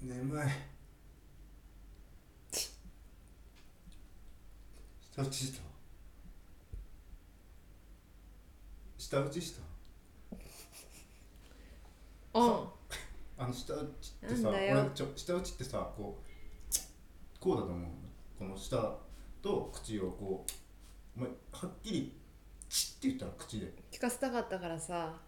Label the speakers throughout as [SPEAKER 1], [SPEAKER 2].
[SPEAKER 1] 眠い舌打ちした舌打ちした
[SPEAKER 2] うん
[SPEAKER 1] あの舌打ちってさ
[SPEAKER 2] なんだよ
[SPEAKER 1] 俺ちょ舌打ちってさこうこうだと思うのこの舌と口をこうお前はっきり「チッ」って言ったら口で
[SPEAKER 2] 聞かせたかったからさ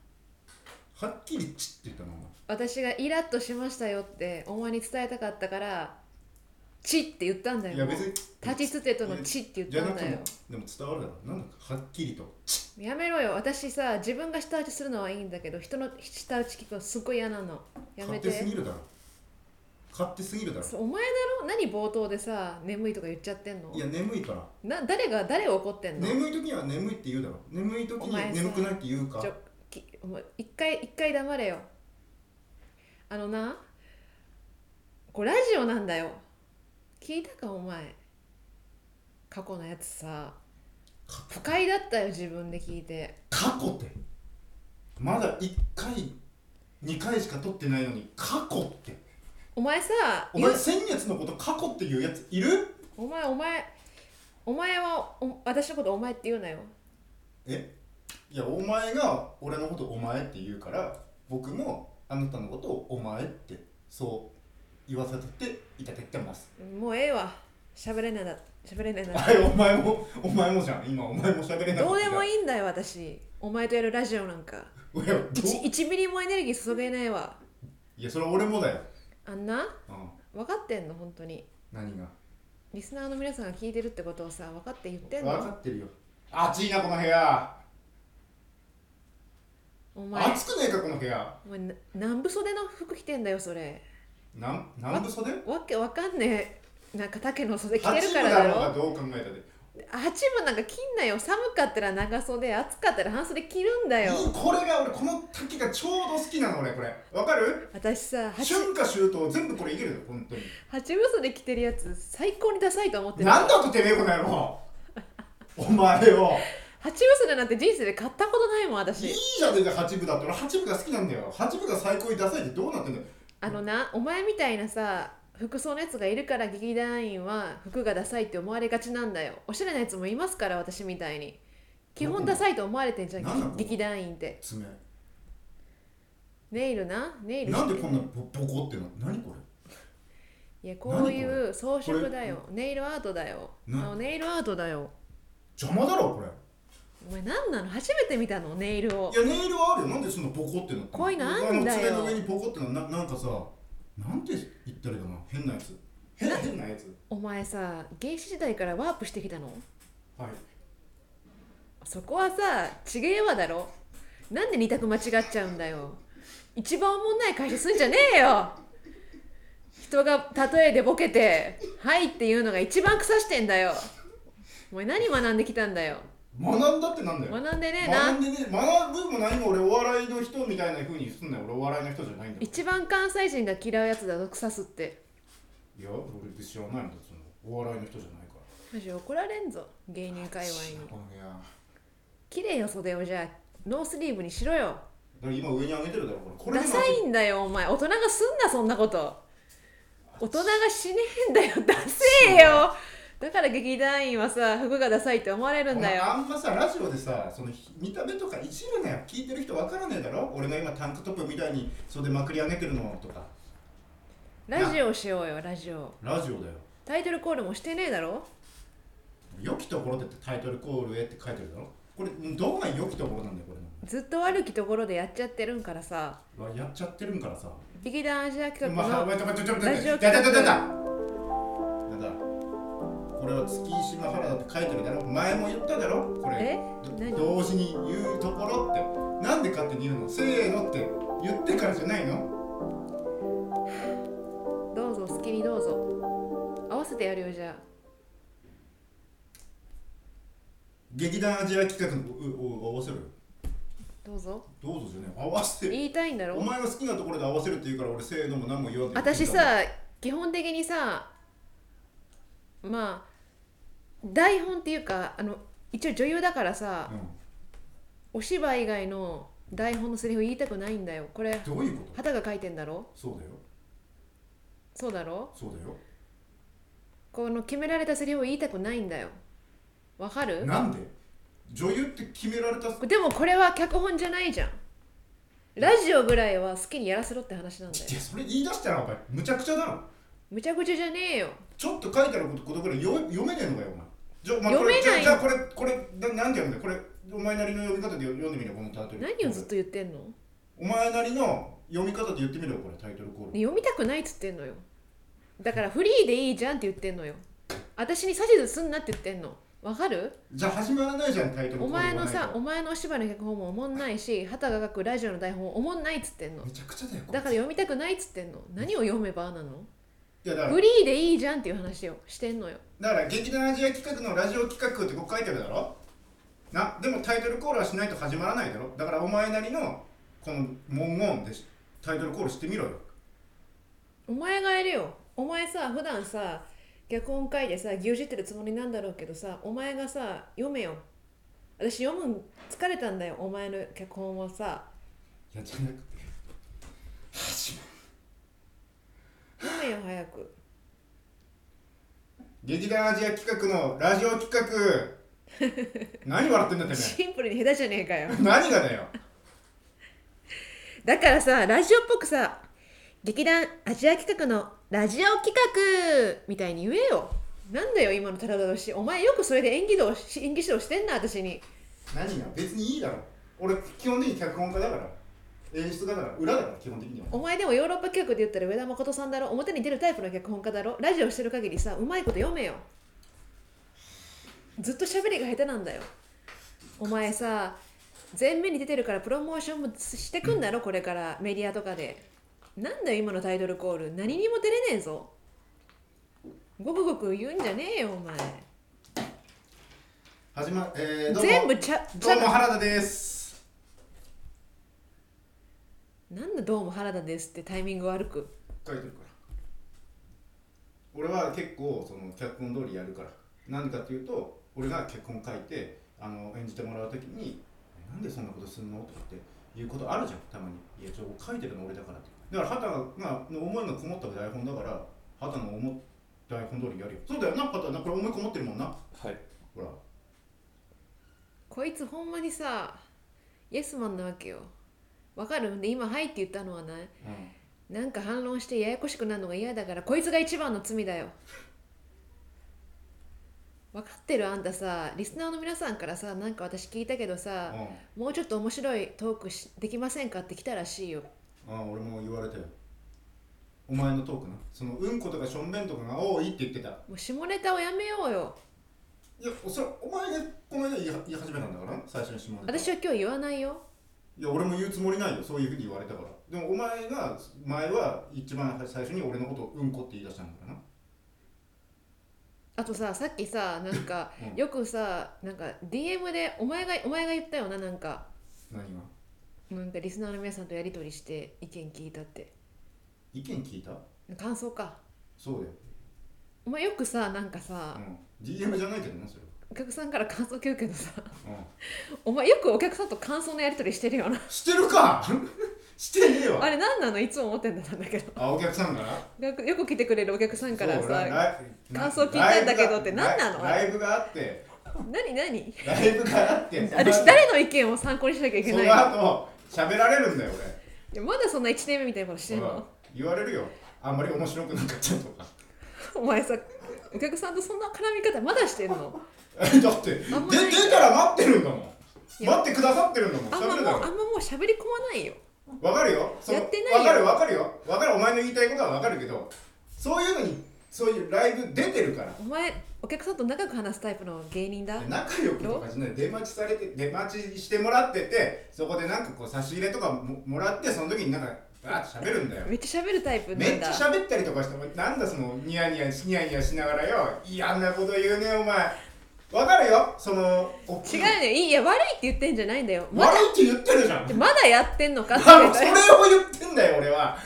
[SPEAKER 1] はっきり「チッ」って言ったのお前
[SPEAKER 2] 私がイラッとしましたよってお前に伝えたかったから「チ」って言ったんだよ
[SPEAKER 1] いや別に
[SPEAKER 2] 立ちつてとの「チ」って
[SPEAKER 1] じ
[SPEAKER 2] 言
[SPEAKER 1] ゃ
[SPEAKER 2] っ
[SPEAKER 1] な
[SPEAKER 2] た
[SPEAKER 1] んくて
[SPEAKER 2] だよ
[SPEAKER 1] もでも伝わるだろなんだかはっきりと「チ
[SPEAKER 2] やめろよ私さ自分が舌打ちするのはいいんだけど人の舌打ち聞くのすっごい嫌なの
[SPEAKER 1] ッ」
[SPEAKER 2] や
[SPEAKER 1] 勝
[SPEAKER 2] め
[SPEAKER 1] 手すぎ
[SPEAKER 2] て
[SPEAKER 1] るだろ勝手すぎるだろ
[SPEAKER 2] そうお前だろ何冒頭でさ眠いとか言っちゃってんの
[SPEAKER 1] いや眠いから
[SPEAKER 2] な誰が誰を怒ってんの
[SPEAKER 1] 眠い時には眠いって言うだろ眠い時
[SPEAKER 2] お
[SPEAKER 1] に
[SPEAKER 2] 前さ
[SPEAKER 1] 眠くないって言うか
[SPEAKER 2] ちょきもう一回一回黙れよあのなこれラジオなんだよ聞いたかお前過去のやつさ
[SPEAKER 1] か
[SPEAKER 2] 不快だったよ自分で聞いて
[SPEAKER 1] 過去ってまだ1回2回しか撮ってないのに過去って
[SPEAKER 2] お前さ
[SPEAKER 1] お前
[SPEAKER 2] 言う
[SPEAKER 1] 先月のこと過去っていうやついる
[SPEAKER 2] お前お前お前はお私のことお前って言うなよ
[SPEAKER 1] えいやお前が俺のことお前って言うから僕もあなたのことをお前ってそう言わせていただいてます
[SPEAKER 2] もうええわ喋れないな喋れない な
[SPEAKER 1] あれお前もお前もじゃん今お前も喋れない
[SPEAKER 2] どうでも
[SPEAKER 1] い
[SPEAKER 2] いいんだよ私お前とやるラジオなんか
[SPEAKER 1] いやどう
[SPEAKER 2] 1, 1ミリもエネルギー注げないわ
[SPEAKER 1] いやそれ俺もだよ、
[SPEAKER 2] あんな
[SPEAKER 1] うん、
[SPEAKER 2] 分かってんの本当に
[SPEAKER 1] 何が
[SPEAKER 2] リスナーの皆さんが聞いてるってことをさ分かって言ってん
[SPEAKER 1] 分か
[SPEAKER 2] の
[SPEAKER 1] ってるよ暑いなこの部屋
[SPEAKER 2] お前
[SPEAKER 1] 暑くねえかこの部屋
[SPEAKER 2] お前な何部袖の服着てんだよそれ
[SPEAKER 1] なん何部袖
[SPEAKER 2] わけわかんねえなんか竹の袖着て
[SPEAKER 1] 八
[SPEAKER 2] る
[SPEAKER 1] 分
[SPEAKER 2] から
[SPEAKER 1] だ
[SPEAKER 2] だ
[SPEAKER 1] ろうが
[SPEAKER 2] ろ
[SPEAKER 1] どう考えたで
[SPEAKER 2] 八分なんか着んなよ寒かったら長袖暑かったら半袖着るんだよ
[SPEAKER 1] いいこれが俺この丈がちょうど好きなの俺これわかる
[SPEAKER 2] 私さ八
[SPEAKER 1] 春夏秋冬全部これいけるよ本当に
[SPEAKER 2] 八分袖着てるやつ最高にダサいと思ってる
[SPEAKER 1] なんだとてめえこの野郎お前よ
[SPEAKER 2] 八分袖なんて人生で買ったことないもん
[SPEAKER 1] いい
[SPEAKER 2] 私
[SPEAKER 1] じゃねえか八分だって俺八分が好きなんだよ八分が最高にダサいってどうなってんだよ
[SPEAKER 2] あのなお前みたいなさ服装のやつがいるから劇団員は服がダサいって思われがちなんだよおしゃれなやつもいますから私みたいに基本ダサいと思われてんじゃ
[SPEAKER 1] なんなの
[SPEAKER 2] ん劇団員って
[SPEAKER 1] 爪
[SPEAKER 2] ネイルなネイル
[SPEAKER 1] なんで
[SPEAKER 2] して
[SPEAKER 1] こんなボボコってな何これ
[SPEAKER 2] いやこうい
[SPEAKER 1] 何こ
[SPEAKER 2] う装飾だよ
[SPEAKER 1] こ
[SPEAKER 2] ネイルアートだよあ
[SPEAKER 1] な
[SPEAKER 2] のネイルアートだよ
[SPEAKER 1] 邪魔だろこれ
[SPEAKER 2] お前何なの初めて見たのネイルを
[SPEAKER 1] いやネイルはあるよなんでそんなボコってなって
[SPEAKER 2] こういうのあんだよ
[SPEAKER 1] あの爪の上にボコってなななんかさなんて言ったらいいかな変なやつ変変なやつ
[SPEAKER 2] お前さ原始時代からワープしてきたの
[SPEAKER 1] はい
[SPEAKER 2] そこはさちげえわだろなんで二択間違っちゃうんだよ一番おもんない会社すんじゃねえよ人が例えでボケて「はい」っていうのが一番腐してんだよお前何学んできたんだよ
[SPEAKER 1] 学んだってなんだよ
[SPEAKER 2] 学んでねえ
[SPEAKER 1] 学
[SPEAKER 2] なん
[SPEAKER 1] でね学ぶも何も俺お笑いの人みたいな風にすんなよ俺お笑いの人じゃないんだよ
[SPEAKER 2] 一番関西人が嫌うやつだぞ腐すって
[SPEAKER 1] いや俺別に知らないんだよそのお笑いの人じゃないから
[SPEAKER 2] マジ怒られんぞ芸人界隈に
[SPEAKER 1] この部屋だか
[SPEAKER 2] 綺麗よ袖をじゃあノースリーブにしろよ
[SPEAKER 1] ら今上に上げてるだろこれこれ
[SPEAKER 2] ダ
[SPEAKER 1] 今
[SPEAKER 2] サいんだよお前大人がすんなそんなこと大人がしねえんだよダセえよだから劇団員はさ服がダサいって思われるんだ
[SPEAKER 1] お前
[SPEAKER 2] よ
[SPEAKER 1] あんまさラジオでさそのひ見た目とかいじるなよ聞いてる人わからねえだろ俺が今タンクトップみたいに袖まくり上げてるのとか
[SPEAKER 2] ラジオしようよラジオ
[SPEAKER 1] ラジオだよ
[SPEAKER 2] タイトルコールもしてねえだろ
[SPEAKER 1] 良きところでってタイトルコールへって書いてるだろこれどうが良きところなんだよこ
[SPEAKER 2] ずっと悪きところでやっちゃってるんからさ
[SPEAKER 1] れうわやっちゃってるんからさ
[SPEAKER 2] 劇団アジア企
[SPEAKER 1] ま
[SPEAKER 2] 画
[SPEAKER 1] あ、
[SPEAKER 2] の
[SPEAKER 1] 待って待って待って
[SPEAKER 2] ラジオ
[SPEAKER 1] 待って待って待ってなんだこれは月島原田って書いてるだろ前も言っただろこれ
[SPEAKER 2] え何
[SPEAKER 1] 同時に言うところってなんで勝手に言うのせーのって言ってからじゃないの
[SPEAKER 2] どうぞ好きにどうぞ合わせてやるよじゃ
[SPEAKER 1] 劇団アジア企画のうう合わせる
[SPEAKER 2] あどうぞ
[SPEAKER 1] どうぞじゃねえ合わせる
[SPEAKER 2] 言いたいんだろ
[SPEAKER 1] お前が好きなところで合わせるって言うから俺せーのも何も言わんで
[SPEAKER 2] 私さ基本的にさまあ台本っていうかあの一応女優だからさ
[SPEAKER 1] う
[SPEAKER 2] お芝居以外の台本のセリフ言いたくないんだよこれ
[SPEAKER 1] ん、どういうこと
[SPEAKER 2] 旗が書いてんだろ
[SPEAKER 1] そうだよ
[SPEAKER 2] そうだろ
[SPEAKER 1] そうだよ
[SPEAKER 2] この決められたセリフを言いたくないんだよわかる
[SPEAKER 1] なんで女優って決められた
[SPEAKER 2] でもこれは脚本じゃないじゃんラジオぐらいは好きにやらせろって話なんだよ
[SPEAKER 1] いやそれ言い出したらお前むちゃくちゃだろ
[SPEAKER 2] むちゃくちゃじゃねえよ
[SPEAKER 1] ちょっと書いてあることことぐらい読読めねえのかよお前じゃあお前
[SPEAKER 2] 読めな
[SPEAKER 1] これ
[SPEAKER 2] い
[SPEAKER 1] じゃあじゃあこれこれななんて読むんだよこれお前なりの読み方で読読んでみろこのタイトル
[SPEAKER 2] 何をずっと言ってんの
[SPEAKER 1] お前なりの読み方で言ってみろよこれタイトルコール
[SPEAKER 2] 読みたくないっつってんのよだからフリーでいいじゃんって言ってんのよ私に指図すんなって言ってんのわかる
[SPEAKER 1] じゃあ始まらないじゃんタイトルコー
[SPEAKER 2] お
[SPEAKER 1] ル
[SPEAKER 2] 前の
[SPEAKER 1] 言わな
[SPEAKER 2] さ
[SPEAKER 1] い
[SPEAKER 2] お前のお芝居の脚本もおもんないし畑が書くラジオの台本もおもんないっつってんの
[SPEAKER 1] とめちゃくちゃだよこれ
[SPEAKER 2] だから読みたくないっつってんの何を読めばなの
[SPEAKER 1] いやだから
[SPEAKER 2] フリーでいいじゃんっていう話をしてんのよ
[SPEAKER 1] だから劇団アジア企画のラジオ企画ってここ書いてあるだろなでもタイトルコールはしないと始まらないだろだからお前なりのこの文言でしタイトルコールしてみろよ
[SPEAKER 2] お前がやるよお前さ普段さ脚本書いてさ牛耳ってるつもりなんだろうけどさお前がさ読めよ私読むん疲れたんだよお前の脚本はさ
[SPEAKER 1] いやじゃなくて始ま
[SPEAKER 2] 読めよ早く
[SPEAKER 1] 劇団アジア企画のラジオ企 画何笑ってんだって
[SPEAKER 2] シンプルに下手じゃねえかよ
[SPEAKER 1] めえ何がだよ
[SPEAKER 2] だからさラジオっぽくさ劇団アジア企画のラジオ企画みたいに言えよなんだよ今のただだしいお前よくそれで演技道し演技指導してんな私に
[SPEAKER 1] 何が別にいいだろ俺基本的に脚本家だから演出家だから裏だから基本的には
[SPEAKER 2] お前でもヨーロッパ企画で言ったら上田誠さんだろ表に出るタイプの脚本家だろラジオしてる限りさうまいこと読めよずっと喋りが下手なんだよお前さ前面に出てるからプロモーションもしてくんだろこれからメディアとかでなんだよ今のタイトルコール何にも出れねえぞごくごく言うんじゃねえよお前
[SPEAKER 1] 始まえー、どうも
[SPEAKER 2] 全部ちゃち
[SPEAKER 1] どうも
[SPEAKER 2] ゃ
[SPEAKER 1] 原田です
[SPEAKER 2] なんだどうも原田ですってタイミング悪く
[SPEAKER 1] 書いてるから俺は結構その脚本通りやるから何かというと俺が脚本書いてあの演じてもらう時に「なんでそんなことすんの?」とかって言うことあるじゃんたまに「いやちょ書いてるの俺だから」ってだから畑がの思いがこもった台本だから畑の思台本通りやるよそうだよな畑なこれ思いこもってるもんな
[SPEAKER 3] はい
[SPEAKER 1] ほら
[SPEAKER 2] こいつほんまにさイエスマンなわけよわかるで今「はい」って言ったのはね
[SPEAKER 1] う
[SPEAKER 2] なんか反論してややこしくなるのが嫌だからこいつが一番の罪だよ分かってるあんたさリスナーの皆さんからさなんか私聞いたけどさ
[SPEAKER 1] ん、うん
[SPEAKER 2] もうちょっと面白いトークしできませんかって来たらしいよ
[SPEAKER 1] ああ俺も言われたよお前のトークなそのうんことかしょんべんとかが多いって言ってた
[SPEAKER 2] もう下ネタをやめようよ
[SPEAKER 1] いやそれお前がこの間言い言い始めたんだからな最初に下ネタ
[SPEAKER 2] 私は今日言わないよ
[SPEAKER 1] いや俺も言うつもりないよそういうふうに言われたからでもお前が前は一番最初に俺のことをうんこって言い出したんだからな
[SPEAKER 2] あとささっきさなんか
[SPEAKER 1] うん
[SPEAKER 2] よくさなんか DM でお前がお前が言ったよななんか
[SPEAKER 1] 何が
[SPEAKER 2] なんかリスナーの皆さんとやり取りして意見聞いたって
[SPEAKER 1] 意見聞いた
[SPEAKER 2] 感想か
[SPEAKER 1] そうだよ、
[SPEAKER 2] お前よくさなんかさ
[SPEAKER 1] う、ん、DM じゃないけどなそれ
[SPEAKER 2] お客さんから感想聞くけどさ
[SPEAKER 1] は、
[SPEAKER 2] お前よくお客さんと感想のやり取りしてるよな
[SPEAKER 1] うん、してるか してねえ
[SPEAKER 2] あ
[SPEAKER 1] わ
[SPEAKER 2] れ何なのいつも思ってんだなんだけど
[SPEAKER 1] あお客さんから
[SPEAKER 2] よくよく来てくれるお客さんから
[SPEAKER 1] そうライ
[SPEAKER 2] さ
[SPEAKER 1] ラ
[SPEAKER 2] 感想聞いたんだけどって何なの
[SPEAKER 1] ライブがあって
[SPEAKER 2] 何何
[SPEAKER 1] ライブがあって
[SPEAKER 2] 私誰の意見を参考にしなきゃいけ
[SPEAKER 1] そ
[SPEAKER 2] ない
[SPEAKER 1] の
[SPEAKER 2] の
[SPEAKER 1] 後喋られるんだよ俺
[SPEAKER 2] いやまだそんな1年目みたいなことしてん
[SPEAKER 1] ほら
[SPEAKER 2] の
[SPEAKER 1] 言われるよあんまり面白くなかったとか
[SPEAKER 2] お前さお客さんとそんな絡み方まだしてんの
[SPEAKER 1] だってで
[SPEAKER 2] あんまない
[SPEAKER 1] 出たら待ってるんだもん
[SPEAKER 2] い
[SPEAKER 1] 待
[SPEAKER 2] や
[SPEAKER 1] ってくださってるんだもん
[SPEAKER 2] あん
[SPEAKER 1] 喋
[SPEAKER 2] まも
[SPEAKER 1] る
[SPEAKER 2] う
[SPEAKER 1] だ
[SPEAKER 2] あん
[SPEAKER 1] ろ
[SPEAKER 2] まもう喋り込まないよ
[SPEAKER 1] わかるよその
[SPEAKER 2] やってないよ
[SPEAKER 1] わかるわかるよわかるお前の言いたいことはわかるけどそういうのにそういうライブ出てるから
[SPEAKER 2] お前お客さんと長く話すタイプの芸人だ
[SPEAKER 1] 仲良くとかしない出待ちされて出待ちしてもらっててそこでなんかこう差し入れとかももらってその時になんかバーッと喋るんだよ
[SPEAKER 2] めっちゃ喋るタイプなんだ
[SPEAKER 1] めっちゃ喋ったりとかしてもなんだそのニヤニヤしニヤニヤしながらよ嫌なこと言うねお前わかるよそのお
[SPEAKER 2] 違うねいいいや悪いって言ってんじゃないんだよまだ
[SPEAKER 1] 悪いって言ってるじゃん
[SPEAKER 2] まだやってんのかって言
[SPEAKER 1] あ
[SPEAKER 2] っ
[SPEAKER 1] そ
[SPEAKER 2] て
[SPEAKER 1] れ
[SPEAKER 2] ん
[SPEAKER 1] を
[SPEAKER 2] だよ
[SPEAKER 1] 言ってんだよ俺は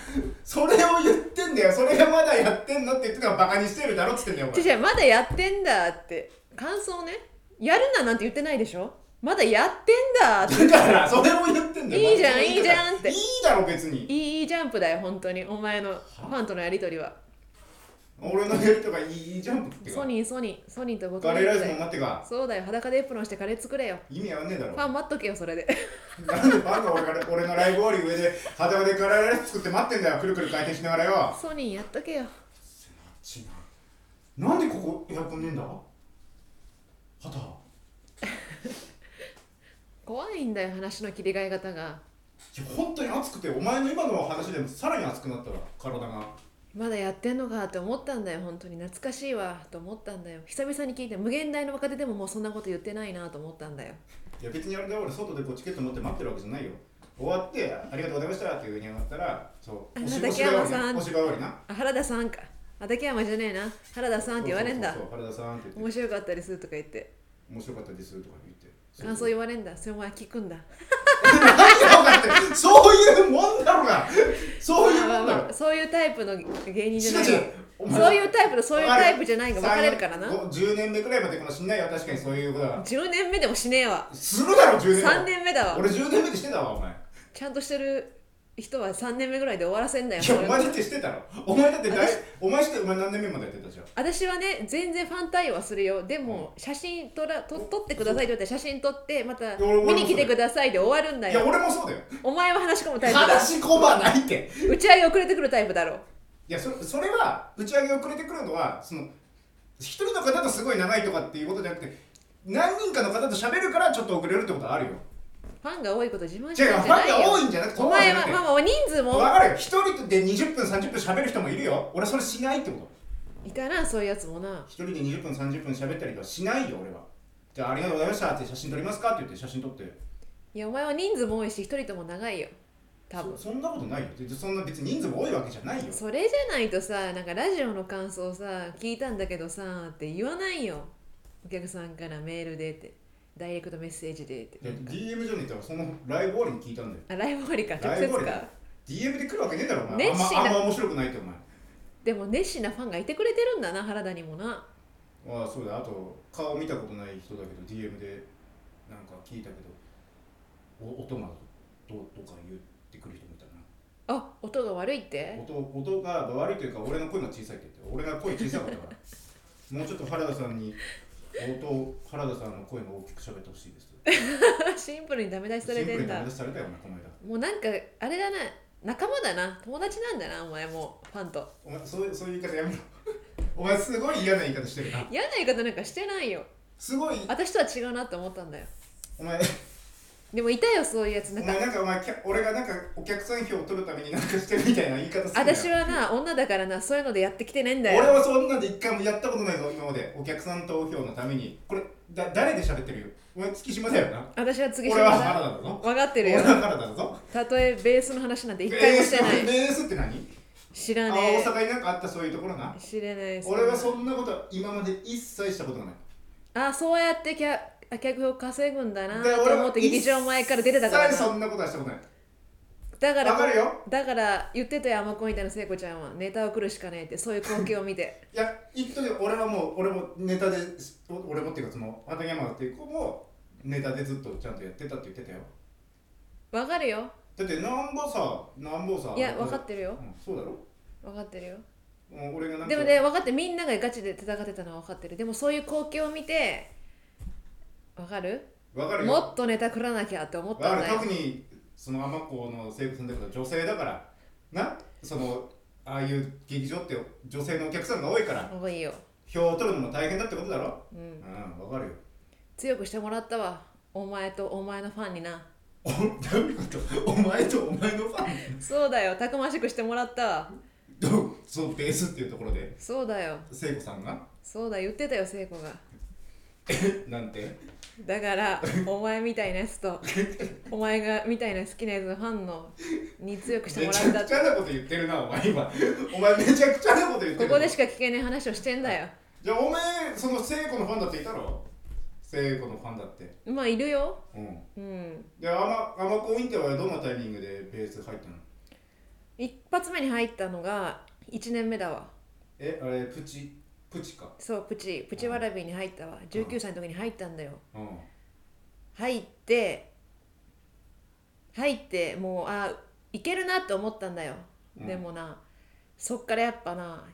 [SPEAKER 1] それを言ってんだよそれがまだやってんのって言ってたからバカにしてるだろっつってんだよお前
[SPEAKER 2] 違う違うまだやってんだって感想ねやるななんて言ってないでしょまだやってんだって
[SPEAKER 1] だからそれを言ってんだよ
[SPEAKER 2] いいじゃん
[SPEAKER 1] まあ
[SPEAKER 2] いいじゃんって
[SPEAKER 1] いいだろ別に
[SPEAKER 2] いいジャンプだよ本当にお前のファンとのやりとりは
[SPEAKER 1] 俺のやりとかいいいいジャンプって
[SPEAKER 2] ソ
[SPEAKER 1] か
[SPEAKER 2] ニーソニーソニーと僕
[SPEAKER 1] カレーライスも
[SPEAKER 2] よ
[SPEAKER 1] 待ってか
[SPEAKER 2] そうだよ裸でエプロンしてカレー作れよ
[SPEAKER 1] 意味合わねえだろ
[SPEAKER 2] ファン待っとけよそれで
[SPEAKER 1] なんでファンが俺から俺のライブ終わり上で裸でカレーライス作って待ってんだよくるくる回転しながらよ
[SPEAKER 2] ソニーやっとけよ
[SPEAKER 1] ちななんでここエアコンねえんだ肌
[SPEAKER 2] 怖いんだよ話の切り替え方
[SPEAKER 1] い
[SPEAKER 2] が
[SPEAKER 1] や本当に暑くてお前の今の話でもさらに暑くなったわ体が
[SPEAKER 2] まだやってんのかって思ったんだよ本当に懐かしいわと思ったんだよ久々に聞いて無限大の若手でももうそんなこと言ってないなと思ったんだよ
[SPEAKER 1] いや別にあれだよ俺外でこうチケット持って待ってるわけじゃないよ終わってありがとうございましたっていうふうに上がったらそう
[SPEAKER 2] あ
[SPEAKER 1] おし
[SPEAKER 2] 竹
[SPEAKER 1] お芝居終
[SPEAKER 2] 山
[SPEAKER 1] わり
[SPEAKER 2] さん
[SPEAKER 1] なお芝居終わりな
[SPEAKER 2] あ原田さんか畠山じゃねえな原田さんって言われんだ
[SPEAKER 1] そうそうそうそう原田さんって言っ
[SPEAKER 2] 面
[SPEAKER 1] て
[SPEAKER 2] 白かったですとか言って
[SPEAKER 1] 面白かったですとか言って
[SPEAKER 2] 感想言われんだそれお前聞くんだ
[SPEAKER 1] 何が分かってそういうもんだろうがそういう
[SPEAKER 2] まあ
[SPEAKER 1] もんだ
[SPEAKER 2] まあ
[SPEAKER 1] ろ
[SPEAKER 2] まあそういうタイプの芸人じゃない
[SPEAKER 1] 違う違うお前
[SPEAKER 2] そういうタイプのそういうタイプじゃないが分かれるからな
[SPEAKER 1] 3 4 5 10年目くらいまでこの死んないよ確かにそういうことだ
[SPEAKER 2] 10年目でもしねえわ
[SPEAKER 1] するだろ10年目
[SPEAKER 2] 3年目だわ
[SPEAKER 1] 俺10年目でしてたわお前
[SPEAKER 2] ちゃんとしてる人は3年目ぐらいで終わらせんだよ
[SPEAKER 1] いやお前だってしてたろお前だって大お前してお前何年目までやってたじゃん
[SPEAKER 2] 私はね全然ファン対応はするよでも写真撮ら撮撮ってくださいって言ったら写真撮ってまた
[SPEAKER 1] いや俺も
[SPEAKER 2] 見に来てくださいで終わるんだ
[SPEAKER 1] いや
[SPEAKER 2] よ
[SPEAKER 1] 俺もそうだよ
[SPEAKER 2] お前は話し込むタイプだ
[SPEAKER 1] 話し込まないって
[SPEAKER 2] 打ち上げ遅れてくるタイプだろ
[SPEAKER 1] いやそそれは打ち上げ遅れてくるのはその一人の方とすごい長いとかっていうことじゃなくて何人かの方と喋るからちょっと遅れるってことはあるよ
[SPEAKER 2] ファンが多いこと自慢して
[SPEAKER 1] 違う
[SPEAKER 2] る
[SPEAKER 1] フ
[SPEAKER 2] ん
[SPEAKER 1] ァ
[SPEAKER 2] じ
[SPEAKER 1] ンが
[SPEAKER 2] ゃないよ
[SPEAKER 1] 多いんじゃなくて
[SPEAKER 2] お前は
[SPEAKER 1] そうじゃな
[SPEAKER 2] ま
[SPEAKER 1] く
[SPEAKER 2] あまあ人数
[SPEAKER 1] て
[SPEAKER 2] も
[SPEAKER 1] わかるよ一人で20分30分喋る人もいるよ俺はそれしないってこと
[SPEAKER 2] いたなそういうやつもな
[SPEAKER 1] 一人で20分30分喋ったりとかしないよ俺はじゃあありがとうございましたって写真撮りますかって言って写真撮って
[SPEAKER 2] いやお前は人数も多いし一人とも長いよ多分
[SPEAKER 1] そそんなことないよでそんな別に人数も多いわけじゃないよ
[SPEAKER 2] それじゃないとさなんかラジオの感想さ聞いたんだけどさって言わないよお客さんからメールでってダイレクトメッセージでって
[SPEAKER 1] で DM じゃねえってそのライブ終わりに聞いたんだよ
[SPEAKER 2] あライブ終わりか直
[SPEAKER 1] ライ
[SPEAKER 2] 接
[SPEAKER 1] ブ終わ
[SPEAKER 2] か
[SPEAKER 1] DM で来るわけねえだろお前あん
[SPEAKER 2] 熱心
[SPEAKER 1] ま
[SPEAKER 2] な
[SPEAKER 1] あんま面白くないってお前
[SPEAKER 2] でも熱心なファンがいてくれてるんだな原田にもな
[SPEAKER 1] ああそうだあと顔見たことない人だけど DM でなんか聞いたけどお音がどうとか言ってくる人もいたな
[SPEAKER 2] あ音が悪いって
[SPEAKER 1] 音音が悪いというか俺の声が小さいって言って俺が声小さかったから もうちょっと原田さんに音を原田さんの声が大きく喋ってほしいです
[SPEAKER 2] シンプルにダメ出しさ
[SPEAKER 1] シ
[SPEAKER 2] れ
[SPEAKER 1] ンプ
[SPEAKER 2] て
[SPEAKER 1] ル
[SPEAKER 2] ん
[SPEAKER 1] に
[SPEAKER 2] だ
[SPEAKER 1] 話されたよお前この間
[SPEAKER 2] もうなんかあれだな仲間だな友達なんだなお前もファンと
[SPEAKER 1] お前そういうそういう言い方やめろ お前すごい嫌な言い方してるな
[SPEAKER 2] 嫌な言い方なんかしてないよ
[SPEAKER 1] すごい
[SPEAKER 2] 私とは違うなって思ったんだよ
[SPEAKER 1] お前
[SPEAKER 2] でもいたよそういうやつ
[SPEAKER 1] お
[SPEAKER 2] なんか
[SPEAKER 1] 前なんかお前きゃ俺がなんかお客さん票を取るためになんかしてるみたいな言い方するなよ
[SPEAKER 2] 私はな女だからなそういうのでやってきてねえんだ
[SPEAKER 1] 俺
[SPEAKER 2] よ
[SPEAKER 1] はそんなんで一回もやったことないぞ今までお客さん投票のためにこれだ誰で喋ってるよお前月島だよな
[SPEAKER 2] 私は次
[SPEAKER 1] 俺は原田だぞ
[SPEAKER 2] 分かってる
[SPEAKER 1] 俺
[SPEAKER 2] よ
[SPEAKER 1] は原田だぞ
[SPEAKER 2] たとえベースの話なんて一回もしてない
[SPEAKER 1] BS って何
[SPEAKER 2] 知
[SPEAKER 1] あ
[SPEAKER 2] らね
[SPEAKER 1] 大阪になんかあったそういうところな
[SPEAKER 2] え知れない
[SPEAKER 1] 俺はそんなことは今まで一切したことがない
[SPEAKER 2] あそうやって客客を稼ぐんだな
[SPEAKER 1] で
[SPEAKER 2] と思って劇場前から出てたから
[SPEAKER 1] 一切そ
[SPEAKER 2] なん
[SPEAKER 1] なことはしたことない
[SPEAKER 2] だから
[SPEAKER 1] わかるよ
[SPEAKER 2] だから言ってたよ甘子みたいな聖子ちゃんはネタを来るしかねえってそういう光景を見て
[SPEAKER 1] いや一時俺はもう俺もネタでお俺もっていうかその畠山っていう子もネタでずっとちゃんとやってたって言ってたよ
[SPEAKER 2] わかるよ
[SPEAKER 1] だってなんぼさなんぼさ
[SPEAKER 2] いや分かってる
[SPEAKER 1] う
[SPEAKER 2] よ
[SPEAKER 1] ん、そうだろ
[SPEAKER 2] 分かってるよ
[SPEAKER 1] もう俺がなんか
[SPEAKER 2] でもね分かってみんながガチで戦ってたのは分かってるでもそういう光景を見て分かる
[SPEAKER 1] わかるよ
[SPEAKER 2] もっとネタ食らなきゃって思った
[SPEAKER 1] わ
[SPEAKER 2] ん
[SPEAKER 1] か
[SPEAKER 2] だ
[SPEAKER 1] る
[SPEAKER 2] よ
[SPEAKER 1] 特にその尼子の生物だけど女性だからなそのああいう劇場って女性のお客さんが多いから
[SPEAKER 2] もういいよ、
[SPEAKER 1] 票を取るのも大変だってことだろ
[SPEAKER 2] う
[SPEAKER 1] うん
[SPEAKER 2] ん、
[SPEAKER 1] わかるよ
[SPEAKER 2] 強くしてもらったわお前とお前のファンにな
[SPEAKER 1] おどういうことお前とお前のファン
[SPEAKER 2] そうだよたくましくしてもらったわ
[SPEAKER 1] どうそうベースっていうところで
[SPEAKER 2] そうだよ
[SPEAKER 1] 聖子さんが
[SPEAKER 2] そうだ言ってたよ聖子が
[SPEAKER 1] なんて
[SPEAKER 2] だからお前みたいなやつとお前がみたいな好きなやつのファンのに強くして
[SPEAKER 1] め
[SPEAKER 2] も
[SPEAKER 1] ちゃ
[SPEAKER 2] らっ
[SPEAKER 1] くち
[SPEAKER 2] た
[SPEAKER 1] ゃなこと言ってるなお前今お前めちゃくちゃなこと言って
[SPEAKER 2] こ
[SPEAKER 1] る
[SPEAKER 2] こでしか聞けない話をしてんだよ
[SPEAKER 1] じゃあお前その聖子のファンだっていたろ聖子のファンだって
[SPEAKER 2] まあいるよ
[SPEAKER 1] うん
[SPEAKER 2] うん
[SPEAKER 1] であま尼子インタはどんなタイミングでベース入ったの
[SPEAKER 2] 一発目に入ったのが1年目だわ
[SPEAKER 1] えあれプチプチか
[SPEAKER 2] そうプチプチわらびに入ったわ19歳の時に入ったんだよ
[SPEAKER 1] うん
[SPEAKER 2] 入って入ってもうあいけるなって思ったんだよ、
[SPEAKER 1] うん
[SPEAKER 2] でもなそっからやっぱな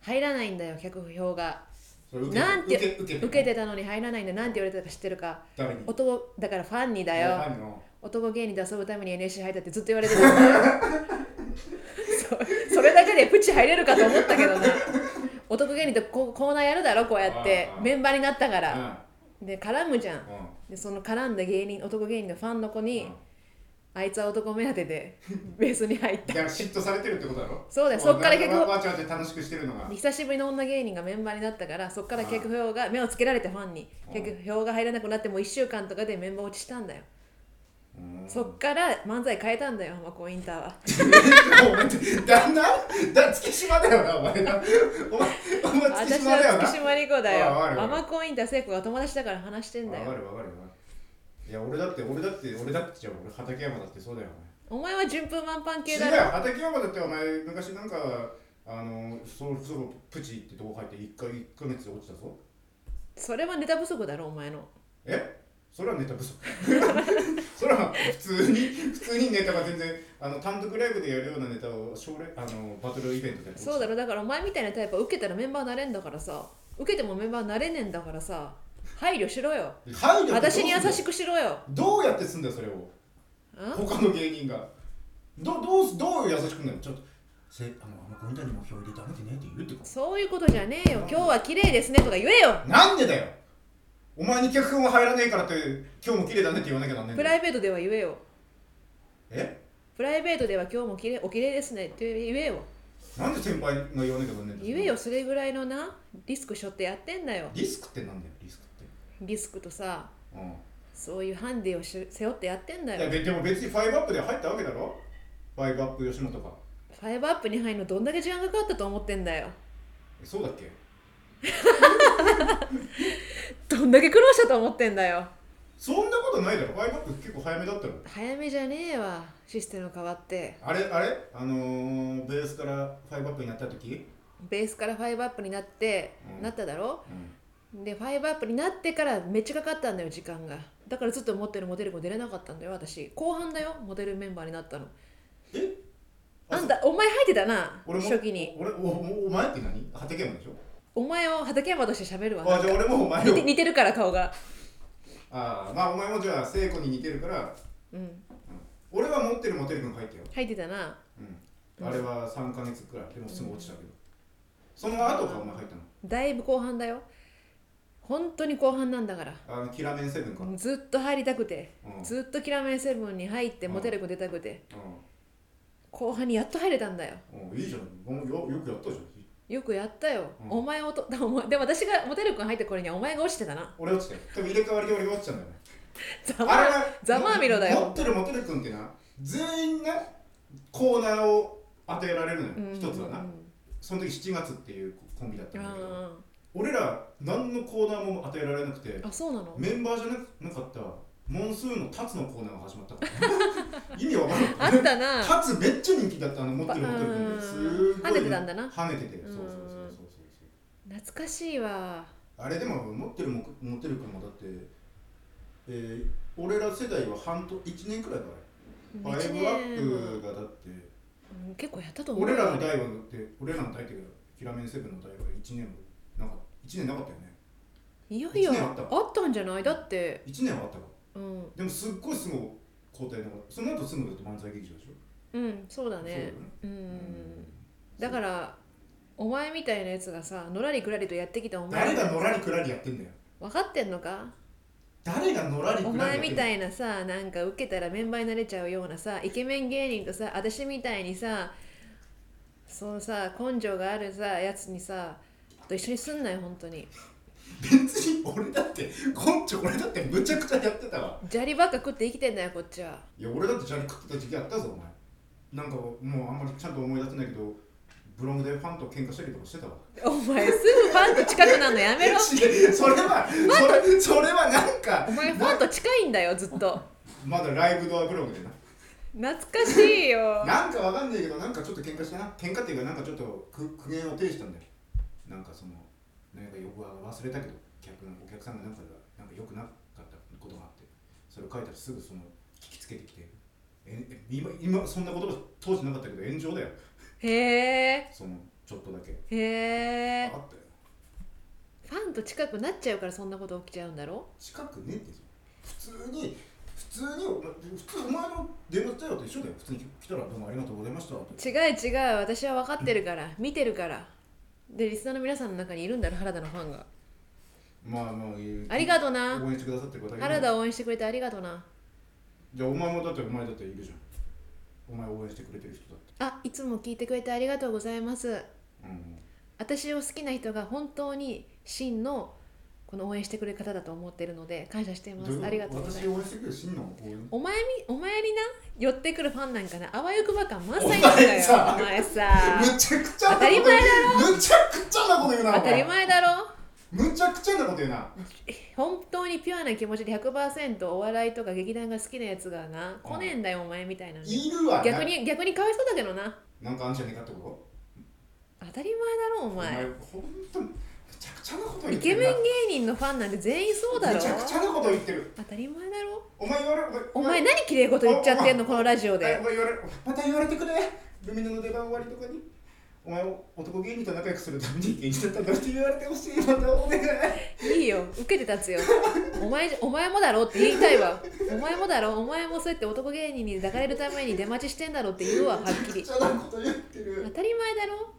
[SPEAKER 2] 入らないんだよ客票が
[SPEAKER 1] それ受け
[SPEAKER 2] なんて
[SPEAKER 1] 受け受け
[SPEAKER 2] 受けてたのに入らないんだなんて言われてたか知ってるか
[SPEAKER 1] 誰に
[SPEAKER 2] 男だからファンにだ
[SPEAKER 1] フ
[SPEAKER 2] よ
[SPEAKER 1] ァンの
[SPEAKER 2] 男芸人と遊ぶために NSC 入ったってずっと言われてたんだよ そそれだけでプチ入れるかと思ったけどな男芸人とこコーナーやるだろこうやって
[SPEAKER 1] あああ
[SPEAKER 2] メンバーになったか
[SPEAKER 1] う
[SPEAKER 2] ら
[SPEAKER 1] ん
[SPEAKER 2] で絡むじゃん
[SPEAKER 1] うん
[SPEAKER 2] でその絡んだ芸人男芸人のファンの子に、
[SPEAKER 1] うん
[SPEAKER 2] あいつは男目当てでベースに入っ
[SPEAKER 1] だ
[SPEAKER 2] た
[SPEAKER 1] から嫉妬されてるってことだろ
[SPEAKER 2] そうだよ
[SPEAKER 1] も
[SPEAKER 2] そっか
[SPEAKER 1] な
[SPEAKER 2] ら
[SPEAKER 1] ん
[SPEAKER 2] 結構
[SPEAKER 1] わわちゃわちゃ楽しくしてるのが
[SPEAKER 2] 久しぶりの女芸人がメンバーになったからそっから客票が目をつけられてファンに
[SPEAKER 1] うん
[SPEAKER 2] 客票が入らなくなってもう1週間とかでメンバー落ちしたんだよ
[SPEAKER 1] うん
[SPEAKER 2] そっから漫才変えたんだよ浜子インターは
[SPEAKER 1] お前だんだんだ月島だよなお前なお前お前月
[SPEAKER 2] 私
[SPEAKER 1] 島だよ
[SPEAKER 2] は
[SPEAKER 1] な
[SPEAKER 2] 月島莉子だ
[SPEAKER 1] あわか
[SPEAKER 2] よ
[SPEAKER 1] るわかる
[SPEAKER 2] 浜子インター聖子が友達だから話してんだ
[SPEAKER 1] わか
[SPEAKER 2] よ
[SPEAKER 1] るわかるわかるいや俺だって俺だって俺だってじゃん俺畠山だってそうだよ
[SPEAKER 2] お前は順風満帆
[SPEAKER 1] お前
[SPEAKER 2] 系
[SPEAKER 1] 違
[SPEAKER 2] だ
[SPEAKER 1] うよ
[SPEAKER 2] ろ
[SPEAKER 1] 畠山だってお前昔なんかあのそうそうプチって動画入って1回一ヶ月で落ちたぞ
[SPEAKER 2] それはネタ不足だろお前の
[SPEAKER 1] えそれはネタ不足 それは普通に普通にネタが全然あの単独ライブでやるようなネタを奨励あのバトルイベントでやって
[SPEAKER 2] そうだろだからお前みたいなタイプは受けたらメンバーなれんだからさ受けてもメンバーなれねえんだからさ配慮しろよ
[SPEAKER 1] 配慮ってどうす
[SPEAKER 2] 私
[SPEAKER 1] ん
[SPEAKER 2] に
[SPEAKER 1] だよ
[SPEAKER 2] 優しくしろよ
[SPEAKER 1] どうやってすんだよそれを
[SPEAKER 2] ん
[SPEAKER 1] 他の芸人がどどうすどう優しくなるちょっとせあのあのゴンダに目標入れてあげてねって言うってこ
[SPEAKER 2] そういうことじゃねえよ今日は綺麗ですねとか言えよ
[SPEAKER 1] となんでだよお前に脚本が入らねえからって今日も綺麗だねって言わなきゃなんねえん
[SPEAKER 2] プ
[SPEAKER 1] だよ
[SPEAKER 2] ライベートでは言えよ
[SPEAKER 1] え
[SPEAKER 2] プライベートでは今日もきれいお綺麗ですねって言えよ
[SPEAKER 1] なんで先輩が言わなきゃなんねえんだ
[SPEAKER 2] 言えよそれぐらいのなリスクしょってやってんだよ
[SPEAKER 1] リスクってなんだよリスクって
[SPEAKER 2] リスクとさ
[SPEAKER 1] うん
[SPEAKER 2] そういうハンディをし背負ってやってんだ
[SPEAKER 1] いや
[SPEAKER 2] よ
[SPEAKER 1] べでも別にファイブアップで入ったわけだろファイブアップ吉本が
[SPEAKER 2] ファイブアップに入るのどんだけ時間かかったと思ってんだよ
[SPEAKER 1] えそうだっけ
[SPEAKER 2] どんだけ苦労したと思ってんだよ
[SPEAKER 1] そんなことないだろファイブアップ結構早めだったろ
[SPEAKER 2] 早めじゃねえわシステム変わって
[SPEAKER 1] あれあれあのー、ベースからファイブアップになった時
[SPEAKER 2] ベースからファイブアップになって、
[SPEAKER 1] うん
[SPEAKER 2] なっただろ
[SPEAKER 1] うん
[SPEAKER 2] でファイブアップになってからめっちゃかかったんだよ時間がだからずっと持ってるモデルも出れなかったんだよ私後半だよモデルメンバーになったの
[SPEAKER 1] え
[SPEAKER 2] あんたお前入ってたな
[SPEAKER 1] 俺も
[SPEAKER 2] 初期に
[SPEAKER 1] 俺おおお前って何畠山でしょ
[SPEAKER 2] お前を畠山として喋るわ
[SPEAKER 1] あじゃあ俺もお前
[SPEAKER 2] 似て
[SPEAKER 1] を
[SPEAKER 2] 似てるから顔が
[SPEAKER 1] あーまあお前もじゃあ聖子に似てるから
[SPEAKER 2] うん
[SPEAKER 1] 俺は持ってるモテる君入ってよ、
[SPEAKER 2] 入ってたな
[SPEAKER 1] うん、あれは3か月くらいでもすぐ落ちたけど、その後かお前入ったの
[SPEAKER 2] だいぶ後半だよ本当に後半なんだから
[SPEAKER 1] あのキラメンセブンか、うん
[SPEAKER 2] ずっと入りたくて
[SPEAKER 1] うん
[SPEAKER 2] ずっとキラメンセブンに入って
[SPEAKER 1] うん
[SPEAKER 2] モテる子出たくて後半にやっと入れたんだよ
[SPEAKER 1] うん、いいじゃんお前よよくやったじゃん
[SPEAKER 2] よくやったよ、
[SPEAKER 1] うん
[SPEAKER 2] お前をと お前でも私がモテる子に入った頃にはお前が落ちてたな
[SPEAKER 1] 俺落ちたよ多分入れ替わりで俺が落ちたんだよね
[SPEAKER 2] ざ
[SPEAKER 1] あれ
[SPEAKER 2] ま
[SPEAKER 1] は
[SPEAKER 2] ざまあみろだよ
[SPEAKER 1] 持ってる持ってる君ってな全員がコーナーを与えられるのよ、
[SPEAKER 2] うん
[SPEAKER 1] 一つはなその時7月っていうコンビだったんだけど
[SPEAKER 2] あ
[SPEAKER 1] 俺ら何のコーナーも与えられなくて
[SPEAKER 2] ーあそうなの
[SPEAKER 1] メンバーじゃなくなかったモンスーンのタツのコーナーが始まったから、 意味わからな
[SPEAKER 2] あ
[SPEAKER 1] か
[SPEAKER 2] っ
[SPEAKER 1] った
[SPEAKER 2] たな
[SPEAKER 1] タツめっちゃ人気だったあの持ってる持ってる
[SPEAKER 2] うん
[SPEAKER 1] すごい
[SPEAKER 2] 跳ねてたんだな
[SPEAKER 1] 跳ねてて
[SPEAKER 2] う
[SPEAKER 1] そ
[SPEAKER 2] ん
[SPEAKER 1] うそうそうそうそう
[SPEAKER 2] 懐かしいわ
[SPEAKER 1] あれでも持ってるも持ってる君もだって、えー俺ら世代は半年1年くらいか
[SPEAKER 2] 1
[SPEAKER 1] あれファイブアップがだって
[SPEAKER 2] うん結構やったと思う
[SPEAKER 1] 俺らの代はだって俺らの代っていうかキラメンセブンの代は1年もなんか1年なかったよね
[SPEAKER 2] いやいや
[SPEAKER 1] 一年あった
[SPEAKER 2] あったんじゃないだって
[SPEAKER 1] 1年はあったか
[SPEAKER 2] うん、
[SPEAKER 1] でもすっごいすごい交代のその後すぐだって漫才劇場でしょ
[SPEAKER 2] うん、そうだねうんだかららお前みたいなやつがさのらりくらりとやってきたお前
[SPEAKER 1] 誰がのらりくらりやってんだよ
[SPEAKER 2] 分かってんのか
[SPEAKER 1] 誰がのらり
[SPEAKER 2] お
[SPEAKER 1] くらりや
[SPEAKER 2] 前
[SPEAKER 1] って
[SPEAKER 2] み
[SPEAKER 1] んだ
[SPEAKER 2] た
[SPEAKER 1] よ
[SPEAKER 2] いなさなんか受けたらメンバーになれちゃうようなさイケメン芸人とさ私みたいにさそのさ根性があるさやつにさと一緒にすんなよ本当に
[SPEAKER 1] 別に俺だってこんちょ俺だってむちゃくちゃやってたわ
[SPEAKER 2] 砂利ばっか食って生きてんだよこっちはい
[SPEAKER 1] や俺だって砂利食ってた時期あったぞお前なんかもうあんまりちゃんと思い出せないけどブログでファンと喧嘩したりとかしてたわ
[SPEAKER 2] お前すぐファンと近くなるのやめろ
[SPEAKER 1] 違うそれはそれそれはなんか
[SPEAKER 2] お前ファンと近いんだよずっと
[SPEAKER 1] まだライブドアブログでな
[SPEAKER 2] 懐かしいよ
[SPEAKER 1] なんかわかんないけどなんかちょっと喧嘩したな喧嘩っていうかなんかちょっと苦苦言を呈したんだよなんかそのなんかよくは忘れたけど客のお客さんがなんかなんか良くなかったことがあってそれを書いたらすぐその聞きつけてきてええ今今そんな言葉当時なかったけど炎上だよ
[SPEAKER 2] へえ
[SPEAKER 1] そのちょっとだけ、
[SPEAKER 2] へえ
[SPEAKER 1] あって
[SPEAKER 2] ファンと近くなっちゃうからそんなこと起きちゃうんだろ
[SPEAKER 1] 近くねって普通に普通にお普通お前の電話対応と一緒だよ普通に来たらどうもありがとうございましたって
[SPEAKER 2] 違う違う私は分かってるから見てるからでリスナーの皆さんの中にいるんだろ原田のファンが
[SPEAKER 1] まあまあいい
[SPEAKER 2] ありがとうな
[SPEAKER 1] 応援してくださってる方がいる
[SPEAKER 2] 原田を応援してくれてありがとうな
[SPEAKER 1] じゃあお前もだってお前だっているじゃんお前応援してくれてる人だって
[SPEAKER 2] あいつも聞いてくれてありがとうございます
[SPEAKER 1] うん
[SPEAKER 2] 私を好きな人が本当に真のこの応援してくれる方だと思ってるので感謝していま
[SPEAKER 1] どい
[SPEAKER 2] すありがとうござい
[SPEAKER 1] 私
[SPEAKER 2] ます
[SPEAKER 1] 応援してくれる真の応援
[SPEAKER 2] お前にお前にな寄ってくるファンなんかなあわよくば感満載なんだよお
[SPEAKER 1] お
[SPEAKER 2] 前さ
[SPEAKER 1] むちゃくちゃな
[SPEAKER 2] 当たり前だ
[SPEAKER 1] ろむちゃくちゃなこと言うなお
[SPEAKER 2] 当
[SPEAKER 1] 前
[SPEAKER 2] たり前だろ
[SPEAKER 1] むちゃくちゃなこと言うな
[SPEAKER 2] 本当にピュアな気持ちで100%お笑いとか劇団が好きなやつがな来ねえんだよお前みたいなのに
[SPEAKER 1] いるわな
[SPEAKER 2] 逆に逆にかわいそうだけどな
[SPEAKER 1] なんかあんじゃねえかってこと
[SPEAKER 2] 当たり前だろお
[SPEAKER 1] お前
[SPEAKER 2] 前
[SPEAKER 1] ほんとむちゃくちゃなこと言
[SPEAKER 2] イ
[SPEAKER 1] って
[SPEAKER 2] ケ
[SPEAKER 1] るな
[SPEAKER 2] メン芸人のファンなんて全員そうだろ
[SPEAKER 1] むちゃくちゃなこと言ってる
[SPEAKER 2] 当たり前だろ
[SPEAKER 1] お前言われ
[SPEAKER 2] お前何きれい事言っちゃってんのこのラジオ
[SPEAKER 1] はい
[SPEAKER 2] で
[SPEAKER 1] お前言われまた言われてくれルミネの出番終わりとかにお前を男芸人と仲良くするために芸人だったんだって言われてほしいまたお願い
[SPEAKER 2] いいよ受けて立つよお前じゃお前もだろって言いたいわお前もだろお前もそうやって男芸人に抱かれるために出待ちしてんだろって言うわはっき
[SPEAKER 1] め
[SPEAKER 2] り
[SPEAKER 1] ちゃくちゃなこと言って
[SPEAKER 2] 当
[SPEAKER 1] る
[SPEAKER 2] たり前だろ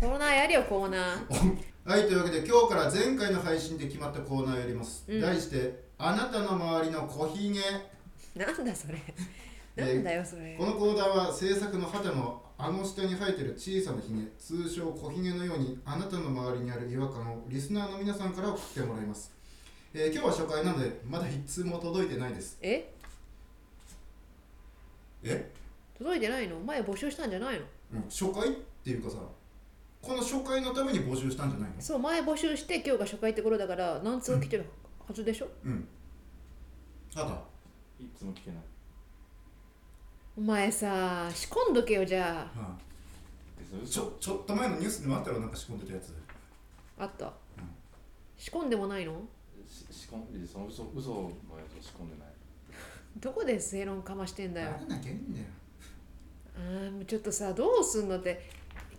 [SPEAKER 2] コーナーやれよコーナー
[SPEAKER 1] はいというわけで今日から前回の配信で決まったコーナーをやります、
[SPEAKER 2] うん
[SPEAKER 1] 題して「あなたの周りの小ひげ」
[SPEAKER 2] なんだそれ
[SPEAKER 1] えー
[SPEAKER 2] なんだよそれ
[SPEAKER 1] このコーナーは制作の肌のあの下に生えてる小さなひげ通称小ひげのようにあなたの周りにある違和感をリスナーの皆さんから送ってもらいます、えー今日は初回なのでまだ一通も届いてないです
[SPEAKER 2] え
[SPEAKER 1] え、
[SPEAKER 2] 届いてないの前募集したんじゃないの
[SPEAKER 1] うん、初回っていうかさこの初回のために募集したんじゃないの
[SPEAKER 2] そう前募集して今日が初回って頃だから何通来てるはずでしょ、
[SPEAKER 1] うんあと
[SPEAKER 3] いつも来てない
[SPEAKER 2] お前さ仕込んどけよじゃ
[SPEAKER 1] は
[SPEAKER 3] ですよ
[SPEAKER 1] いちょちょっと前のニュースでもあったろなんか仕込んでたやつ
[SPEAKER 2] ああった仕込んでもないの
[SPEAKER 3] し仕込んでその嘘嘘のやつを仕込んでない
[SPEAKER 2] どこで正論かましてんだよ
[SPEAKER 1] あれなきゃいいんだよ
[SPEAKER 2] あーもうちょっとさどうすんのって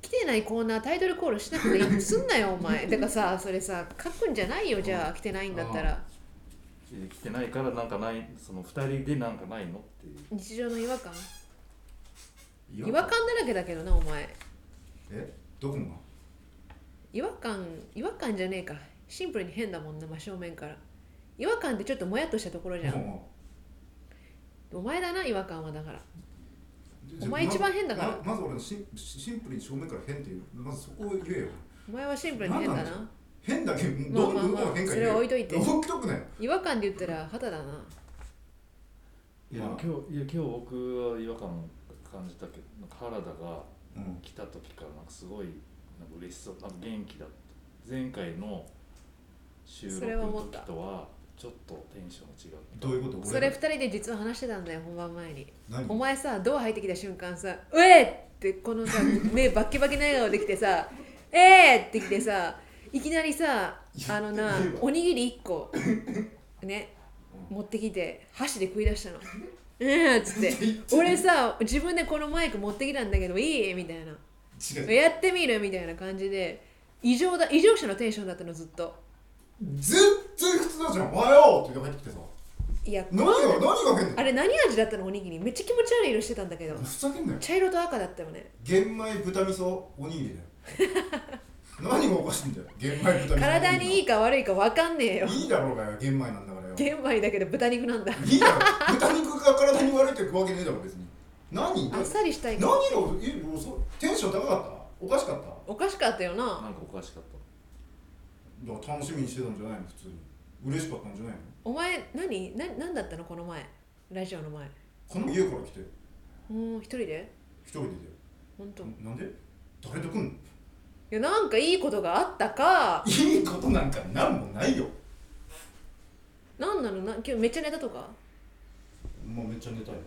[SPEAKER 2] 来てないコーナータイトルコールしなくていいすんなよお前だからさそれさ書くんじゃないよじゃあ来てないんだったら
[SPEAKER 3] え来てないからなんかないその二人でなんかないのっていう
[SPEAKER 2] 日常の違和感
[SPEAKER 1] 違
[SPEAKER 2] 違和感だらけだけどなお前
[SPEAKER 1] えどこが
[SPEAKER 2] 違和感違和感じゃねえかシンプルに変だもんな真正面から違和感ってちょっともやっとしたところじゃん
[SPEAKER 1] も
[SPEAKER 2] お前だな違和感はだから
[SPEAKER 1] う
[SPEAKER 2] お前一番変だから
[SPEAKER 1] ままず俺のシンシンプルに正面から変っていうまずそこを言えよ
[SPEAKER 2] お前はシンプルに変だな
[SPEAKER 1] なんなん変だけど
[SPEAKER 2] まあ
[SPEAKER 1] どう
[SPEAKER 2] まあ
[SPEAKER 1] どう
[SPEAKER 2] まあ
[SPEAKER 1] 変化
[SPEAKER 2] それは置いといて
[SPEAKER 1] 置とくなよ
[SPEAKER 2] 違和感で言ったら肌だない
[SPEAKER 3] や、
[SPEAKER 1] まあ
[SPEAKER 3] 今日いや今日僕は違和感を感じたけどなんか原田が
[SPEAKER 1] うん
[SPEAKER 3] 来た時からなんかすごいなんか嬉しそうなんか元気だった前回の収
[SPEAKER 2] そ
[SPEAKER 3] 録
[SPEAKER 2] れは思
[SPEAKER 3] の
[SPEAKER 2] った
[SPEAKER 3] 時とはちょっとテンションが違う
[SPEAKER 1] どういうこと俺
[SPEAKER 2] それ二人で実は話してたんだよ本番前に
[SPEAKER 1] 何
[SPEAKER 2] お前さドア入ってきた瞬間さ「うえっ!」ってこのさ目バッキバキな笑顔できてさ「えー!」ってきてさいきなりさあのな
[SPEAKER 1] 言ってねえわ
[SPEAKER 2] おにぎり1個ね持ってきて箸で食い出したの「えー!」っつって「俺さ自分でこのマイク持ってきたんだけどいい?」みたいな
[SPEAKER 1] 違
[SPEAKER 2] 「
[SPEAKER 1] う
[SPEAKER 2] やってみる?」みたいな感じで異常だ異常者のテンションだったのずっと
[SPEAKER 1] 全然普通だじゃんおはようって言って帰ってきてさ
[SPEAKER 2] いや
[SPEAKER 1] 何が何が変だ
[SPEAKER 2] あ
[SPEAKER 1] よ
[SPEAKER 2] れ何味だったのおにぎりめっちゃ気持ち悪い色してたんだけど
[SPEAKER 1] ふざけんなよ
[SPEAKER 2] 茶色と赤だったよね
[SPEAKER 1] 玄米豚味噌おにぎりだよ 何がおかしいんだよ玄米豚味噌おにぎり
[SPEAKER 2] 体にいいか悪いか分かんねえよ
[SPEAKER 1] いいだろうがよ玄米なんだからよ
[SPEAKER 2] 玄米だけど豚肉なんだ
[SPEAKER 1] いいだろ豚肉が体に悪いってわけねえだろ別に何
[SPEAKER 2] あっさりしたい
[SPEAKER 1] 何
[SPEAKER 2] か
[SPEAKER 1] が
[SPEAKER 2] ら
[SPEAKER 1] えもうそうテンション高かったおかしかっただか
[SPEAKER 2] おかしかったよ
[SPEAKER 3] な
[SPEAKER 2] なん
[SPEAKER 3] かおかしかった
[SPEAKER 1] ら楽しみにしてたんじゃないの普通に嬉しかったんじゃないの
[SPEAKER 2] お前何な何だったのこの前ラジオの前
[SPEAKER 1] この家から来て
[SPEAKER 2] うん一人で
[SPEAKER 1] 一人で
[SPEAKER 2] 本当
[SPEAKER 1] だ
[SPEAKER 2] い
[SPEAKER 1] よなんで誰と来んの
[SPEAKER 2] やなんかいいことがあったか
[SPEAKER 1] いいことなんかなんもないよ
[SPEAKER 2] 何なのな今日めっちゃ寝たとか
[SPEAKER 1] もうめっちゃ寝たよ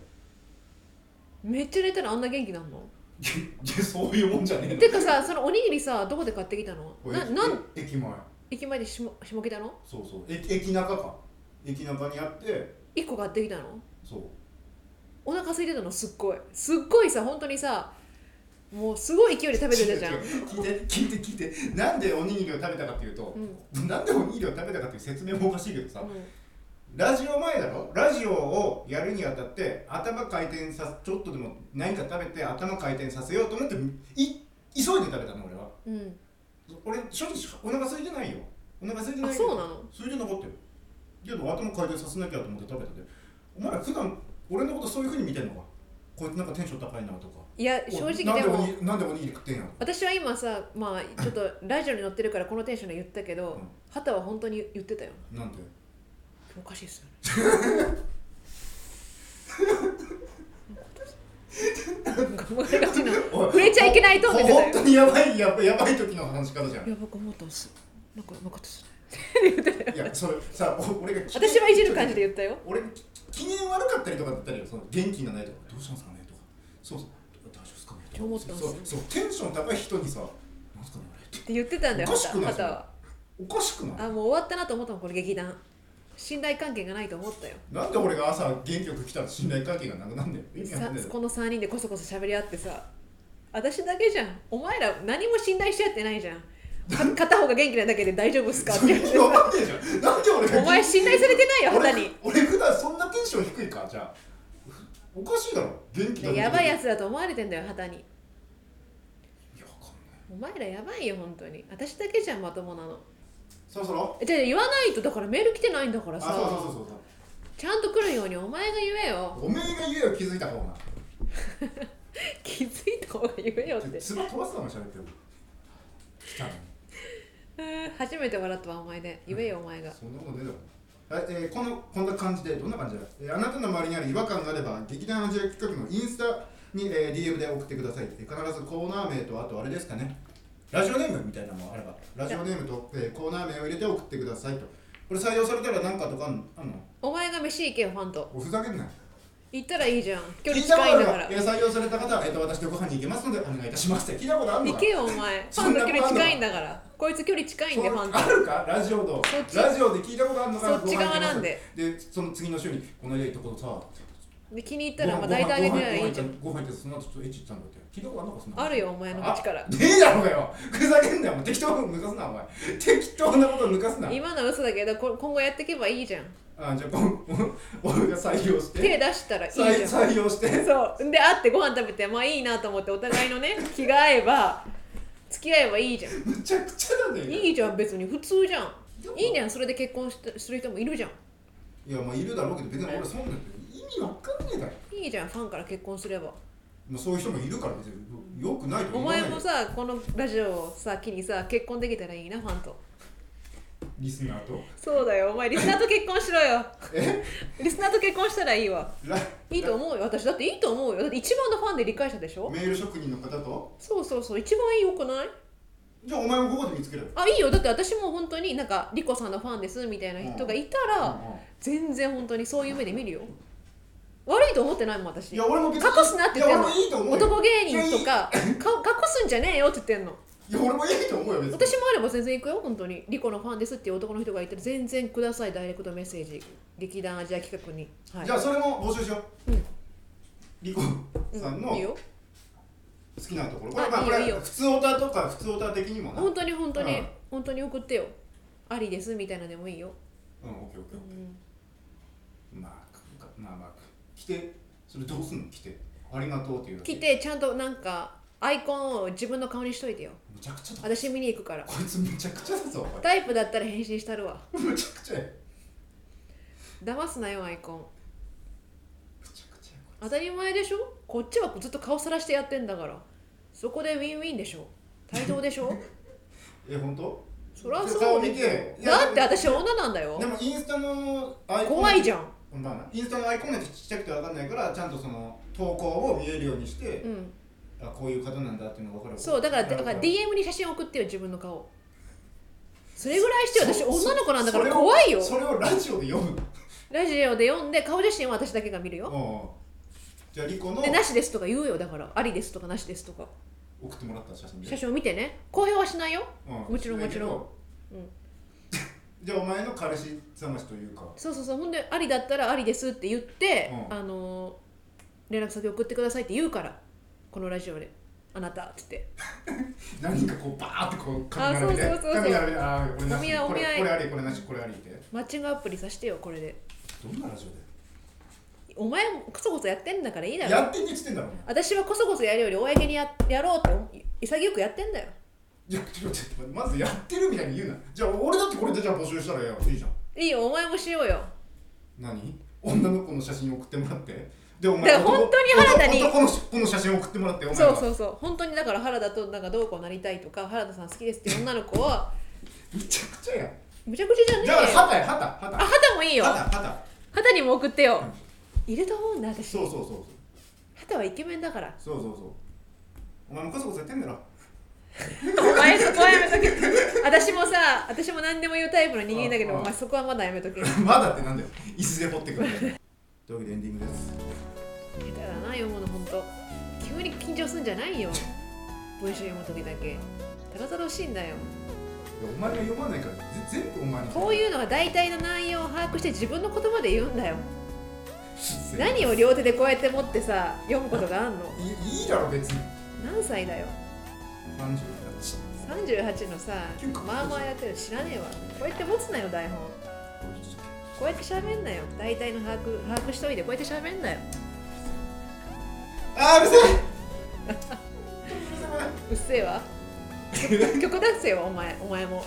[SPEAKER 2] めっちゃ寝たらあんな元気なんの
[SPEAKER 1] いやそういうもんじゃねえの
[SPEAKER 2] てかさそのおにぎりさどこで買ってきたの
[SPEAKER 1] これ
[SPEAKER 2] ななん
[SPEAKER 1] え駅前
[SPEAKER 2] 駅前で下下北の
[SPEAKER 1] そうそう駅駅中か駅中にあって
[SPEAKER 2] 1個買ってきたの
[SPEAKER 1] そう
[SPEAKER 2] お腹空いてたのすっごいすっごいさ本当にさもうすごい勢いで食べてたじゃん
[SPEAKER 1] 違う違う聞いて聞いて聞いてなんでおにぎりを食べたかっていうと、なんでおにぎりを食べたかっていう説明もおかしいけどさ、ラジオ前だろラジオをやるにあたって頭回転さちょっとでも何か食べて頭回転させようと思ってい急いで食べたの俺は
[SPEAKER 2] うん、うん
[SPEAKER 1] 俺正直お腹空いてないよお腹空いてない
[SPEAKER 2] あ
[SPEAKER 1] けど
[SPEAKER 2] そうなの
[SPEAKER 1] 空いてなかったよけど頭回転させなきゃと思って食べたでお前ら普段俺のことそういうふうに見てんのかこいつなんかテンション高いなとか
[SPEAKER 2] いや正直
[SPEAKER 1] なん
[SPEAKER 2] で
[SPEAKER 1] お
[SPEAKER 2] も
[SPEAKER 1] になんでおにぎり食ってんやろ
[SPEAKER 2] 私は今さまあちょっとラジオに乗ってるからこのテンションで言ったけど、
[SPEAKER 1] うん
[SPEAKER 2] 畑は本当に言ってたよ
[SPEAKER 1] なんで
[SPEAKER 2] おかしいっすよねごめんなさい触れちゃいけないと
[SPEAKER 1] 思
[SPEAKER 2] 思
[SPEAKER 1] っ
[SPEAKER 2] っててたよ
[SPEAKER 1] 本当にやばいやばいやばい時の話し方じゃん
[SPEAKER 2] いや僕思ったんすなんかうまかったっすね
[SPEAKER 1] いやそれさお俺が機嫌
[SPEAKER 2] 私はいじる感じで言ったよ
[SPEAKER 1] 俺き機嫌悪かったりとかだったりよその元気がないとかどうしたんですかねとかそうそう大丈夫ですかねとか
[SPEAKER 2] 思ったんです
[SPEAKER 1] そうそうテンション高い人にさなんすかねあれって
[SPEAKER 2] って言ってたんだよ
[SPEAKER 1] おかしくない
[SPEAKER 2] 畑は
[SPEAKER 1] おかしくない
[SPEAKER 2] あもう終わったなと思ったもんこれ劇団信頼関係がないと思ったよ
[SPEAKER 1] なんで俺が朝元気よく来たら信頼関係がなくなんだよ意味わか
[SPEAKER 2] さ
[SPEAKER 1] んないだろ
[SPEAKER 2] この3人でこそこそ喋り合ってさ私だけじゃんお前ら何も信頼し合ってないじゃんか 片方が元気なだけで大丈夫っすかって
[SPEAKER 1] 意
[SPEAKER 2] 言って
[SPEAKER 1] 味わかんねえじゃんなんで俺が
[SPEAKER 2] お前信頼されてないよ肌に
[SPEAKER 1] 俺俺普段そんなテンション低いかじゃあおかしいだろ元気な
[SPEAKER 2] やばいや
[SPEAKER 1] つ
[SPEAKER 2] つだと思われてんだよ肌に
[SPEAKER 1] いやわかんない
[SPEAKER 2] お前らやばいよ本当に私だけじゃんまともなの
[SPEAKER 1] そろそろ
[SPEAKER 2] えじゃあ言わないとだからメール来てないんだから
[SPEAKER 1] あ
[SPEAKER 2] さ
[SPEAKER 1] そうそうそうそう
[SPEAKER 2] ちゃんと来るようにお前が言えよ
[SPEAKER 1] おめえが言えよ気づいた方が
[SPEAKER 2] 気づいた方が言えよって
[SPEAKER 1] 唾飛ばすのが喋ってる来たのに
[SPEAKER 2] うん初めて笑ったわお前で言えよお前が
[SPEAKER 1] そんなことねえだろはいえーこのこんな感じでどんな感じだ、えーあなたの周りにある違和感があれば劇団アジア企画のインスタに、えー DM で送ってください、えー必ずコーナー名とあとあれですかねラジオネームみたいなのもあればラジオネームと、えーコーナー名を入れて送ってくださいとこれ採用されたら何かとかあんのあんの
[SPEAKER 2] お前が飯行けよファンと
[SPEAKER 1] おふざけんなよ
[SPEAKER 2] 行ったらいいじゃん距離近いんだから
[SPEAKER 1] 聞いたことあるわえー採用された方は、えー、と私とご飯に行けますのでお願いいたしますって聞いたことあるの
[SPEAKER 2] 行
[SPEAKER 1] か
[SPEAKER 2] けよお前ファンと距離近いんだからこいつ距離近いんでファンと
[SPEAKER 1] あるかラジオの
[SPEAKER 2] そっち
[SPEAKER 1] ラジオで聞いたことあるのか
[SPEAKER 2] そっち側なんで
[SPEAKER 1] でその次の週にこの間行ったことさ
[SPEAKER 2] で気に入ったらまあ抱いてあげてはいいじゃん
[SPEAKER 1] ご飯行ってその後ちょっとエッチ行ったんだって聞いたことあんのかそんなの
[SPEAKER 2] あるよお前の口から
[SPEAKER 1] あねえだろうがよふざけんなよもう適当なこと抜かすなお前適当なこと抜かすな
[SPEAKER 2] 今のは嘘だけどこ今後やっていけばいいじゃん
[SPEAKER 1] あじゃあこん 俺が採用して
[SPEAKER 2] 手出したらいいじゃん
[SPEAKER 1] 採採用して
[SPEAKER 2] そうで会ってご飯食べてまあいいなと思ってお互いの ね気が合えば付き合えばいいじゃん
[SPEAKER 1] むちゃくちゃだね
[SPEAKER 2] いいじゃん別に普通じゃんいいじゃんそれで結婚してする人もいるじゃん
[SPEAKER 1] いやまあいるだろうけど別に俺そんなんて意味わかんねえだろ
[SPEAKER 2] いいじゃんファンから結婚すれば
[SPEAKER 1] もうそういう人もいるから別によくないと
[SPEAKER 2] お
[SPEAKER 1] は言わない
[SPEAKER 2] 前
[SPEAKER 1] よ
[SPEAKER 2] もさこのラジオをさ機にさ結婚できたらいいなファンと
[SPEAKER 1] リスナーと
[SPEAKER 2] そうだよお前リスナーと結婚しろよ
[SPEAKER 1] え
[SPEAKER 2] リスナーと結婚したらいいわ
[SPEAKER 1] ラ
[SPEAKER 2] いいと思うよ私だっていいと思うよだって一番のファンで理解者でしょ
[SPEAKER 1] メール職人の方と
[SPEAKER 2] そうそうそう一番いいよくない
[SPEAKER 1] じゃあお前もここで見つける
[SPEAKER 2] あいいよだって私も本当になんかリコさんのファンですみたいな人がいたら、全然本当にそういう目で見るよ悪いと思ってないもん私
[SPEAKER 1] いや俺も
[SPEAKER 2] 隠
[SPEAKER 1] 別
[SPEAKER 2] すなって言ってん
[SPEAKER 1] いや俺も
[SPEAKER 2] の
[SPEAKER 1] いいと思うよ
[SPEAKER 2] 男芸人とかか隠すんじゃねえよって言ってんの
[SPEAKER 1] いや俺もいいと思うよ別に
[SPEAKER 2] 私もあれば全然行くよ本当にリコのファンですっていう男の人がいたら全然くださいダイレクトメッセージ劇団アジア企画に、はい、
[SPEAKER 1] じゃあそれも募集しよう、
[SPEAKER 2] うん
[SPEAKER 1] リコさんの
[SPEAKER 2] うんいい
[SPEAKER 1] 好
[SPEAKER 2] よ
[SPEAKER 1] きなところ、
[SPEAKER 2] あ
[SPEAKER 1] これまあ
[SPEAKER 2] いい
[SPEAKER 1] こ
[SPEAKER 2] よ
[SPEAKER 1] れ
[SPEAKER 2] いいよ
[SPEAKER 1] 普通オタとか普通オタ的にもなうん
[SPEAKER 2] 本当に本当に、
[SPEAKER 1] うん
[SPEAKER 2] 本当に送ってよありですみたいなのでもいいよ、
[SPEAKER 1] オッケーオッケ
[SPEAKER 2] う
[SPEAKER 1] ー
[SPEAKER 2] ん、
[SPEAKER 1] まあまあまあ来てそれどうすんの来てありがとうっていうだけ
[SPEAKER 2] 来てちゃんとなんかアイコンを自分の顔にしといてよ
[SPEAKER 1] むちゃくちゃだ
[SPEAKER 2] 私見に行くから
[SPEAKER 1] こいつむちゃくちゃだぞ
[SPEAKER 2] タイプだったら返信したるわ
[SPEAKER 1] お前むちゃくちゃやむ
[SPEAKER 2] 騙すなよアイコン
[SPEAKER 1] ちゃくちゃやこ
[SPEAKER 2] 当たり前でしょこっちはずっと顔さらしてやってんだからそこでウィンウィンでしょ対等で しょ
[SPEAKER 1] れえ本当
[SPEAKER 2] そりゃそうでし
[SPEAKER 1] 顔見てい
[SPEAKER 2] ょ
[SPEAKER 1] や
[SPEAKER 2] だって私女なんだよ
[SPEAKER 1] でもインスタのアイコン
[SPEAKER 2] 怖いじゃん
[SPEAKER 1] まあインスタのアイコンなんてちっちゃくてわかんないからちゃんとその投稿を見えるようにして、
[SPEAKER 2] うん
[SPEAKER 1] あこういう方なんだっていうのが分かる
[SPEAKER 2] そうだからだから DM に写真送ってよ自分の顔それぐらいしてよ私女の子なんだから怖いよ
[SPEAKER 1] それをそれをラジオで読む
[SPEAKER 2] ラジオで読んで顔写真は私だけが見るよ
[SPEAKER 1] のうんじゃあリコの
[SPEAKER 2] でなしですとか言うよだからありですとかなしですとか
[SPEAKER 1] 送ってもらった写真で
[SPEAKER 2] 写真を見てね公表はしないよ
[SPEAKER 1] うん
[SPEAKER 2] もちろん
[SPEAKER 1] だけど
[SPEAKER 2] もちろんうん
[SPEAKER 1] じゃあお前の彼氏探しというか
[SPEAKER 2] そうそうそうほんでありだったらありですって言って、
[SPEAKER 1] うん
[SPEAKER 2] あのー連絡先送ってくださいって言うからこのラジオであなた」っつって
[SPEAKER 1] 何かこうバーってこう
[SPEAKER 2] あそうそうそうそう
[SPEAKER 1] 紙並べてあーこれな
[SPEAKER 2] お見
[SPEAKER 1] し
[SPEAKER 2] 合い
[SPEAKER 1] これ
[SPEAKER 2] お見合い
[SPEAKER 1] これありこれなしこれありって
[SPEAKER 2] 「マッチングアプリさしてよこれで
[SPEAKER 1] どんなラジオで
[SPEAKER 2] お前もこそこそやってんだからいいだろ
[SPEAKER 1] やってんねっつってんだろお前
[SPEAKER 2] 私はこそこそやるより公にややろうって潔くやってんだよ
[SPEAKER 1] いやちょっと待ってまずやってるみたいに言うなじゃあ俺だってこれでじゃあ募集したらええよいいじゃん
[SPEAKER 2] いいよお前もしようよ
[SPEAKER 1] 何女の子の写真送ってもらってでお
[SPEAKER 2] だ
[SPEAKER 1] 前
[SPEAKER 2] から本当に原田に
[SPEAKER 1] 男の子の写真送ってもらってお前
[SPEAKER 2] そ
[SPEAKER 1] は
[SPEAKER 2] うそうそう本当にだから原田となんかどうこうなりたいとか原田さん好きですっていう女の子は
[SPEAKER 1] めちゃくちゃやん
[SPEAKER 2] むちゃくちゃじゃね
[SPEAKER 1] じゃあ
[SPEAKER 2] えよ
[SPEAKER 1] 旗や旗
[SPEAKER 2] あ
[SPEAKER 1] 旗
[SPEAKER 2] 畑もいいよ
[SPEAKER 1] 旗旗
[SPEAKER 2] 畑にも送ってよいると思うんだ私
[SPEAKER 1] そうそうそうそう
[SPEAKER 2] 畑はイケメンだから
[SPEAKER 1] そうそうそうお前もこそこそやってんだろ
[SPEAKER 2] お前そこはやめとけ私もさ私も何でも言うタイプの人間だけど
[SPEAKER 1] ああ
[SPEAKER 2] お前そこはまだやめとけ下
[SPEAKER 1] まだってなんだよ椅子で掘ってくるんだよというわけでエンディングです
[SPEAKER 2] 手だな読むの本当急に緊張すんじゃないよ文章読む時だけたらたらしいんだよ
[SPEAKER 1] いやお前が読まないからぜ全部お前の
[SPEAKER 2] こういうのが大体の内容を把握して自分の言葉で言うんだよ
[SPEAKER 1] せ
[SPEAKER 2] 何を両手でこうやって持ってさ読むことがあんの
[SPEAKER 1] いいいだろ別に
[SPEAKER 2] 何歳だよ
[SPEAKER 1] 30ち
[SPEAKER 2] 38のさ
[SPEAKER 1] 結構
[SPEAKER 2] まあまあやってる知らねえわこうやって持つなよ台本こうやって喋んなよ大体の把握把握しといてこうやって喋んなよ
[SPEAKER 1] あーうるせえ
[SPEAKER 2] うっせえわ 曲出せよお前お前も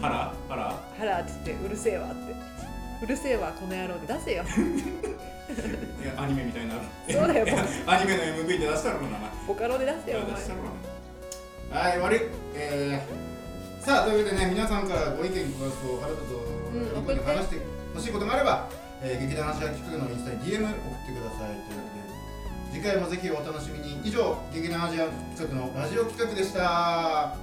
[SPEAKER 1] また腹腹
[SPEAKER 2] 「ハラ」っつって「うるせえわ」って「うるせえわこの野郎」で出せよ
[SPEAKER 1] いやアニメみたいな
[SPEAKER 2] そうだよ
[SPEAKER 1] いやアニメの MV で出したろうな
[SPEAKER 2] ボカロで出せよお前
[SPEAKER 1] 出したろうなはい悪いえー、さあというわけでね皆さんからご意見ご感想原田と
[SPEAKER 2] ん
[SPEAKER 1] 本当に話してほしいことがあれば、えー、劇団話し合い企画のインスタに DM 送ってくださいというわけで次回もぜひお楽しみに以上劇団アジア企画のラジオ企画でした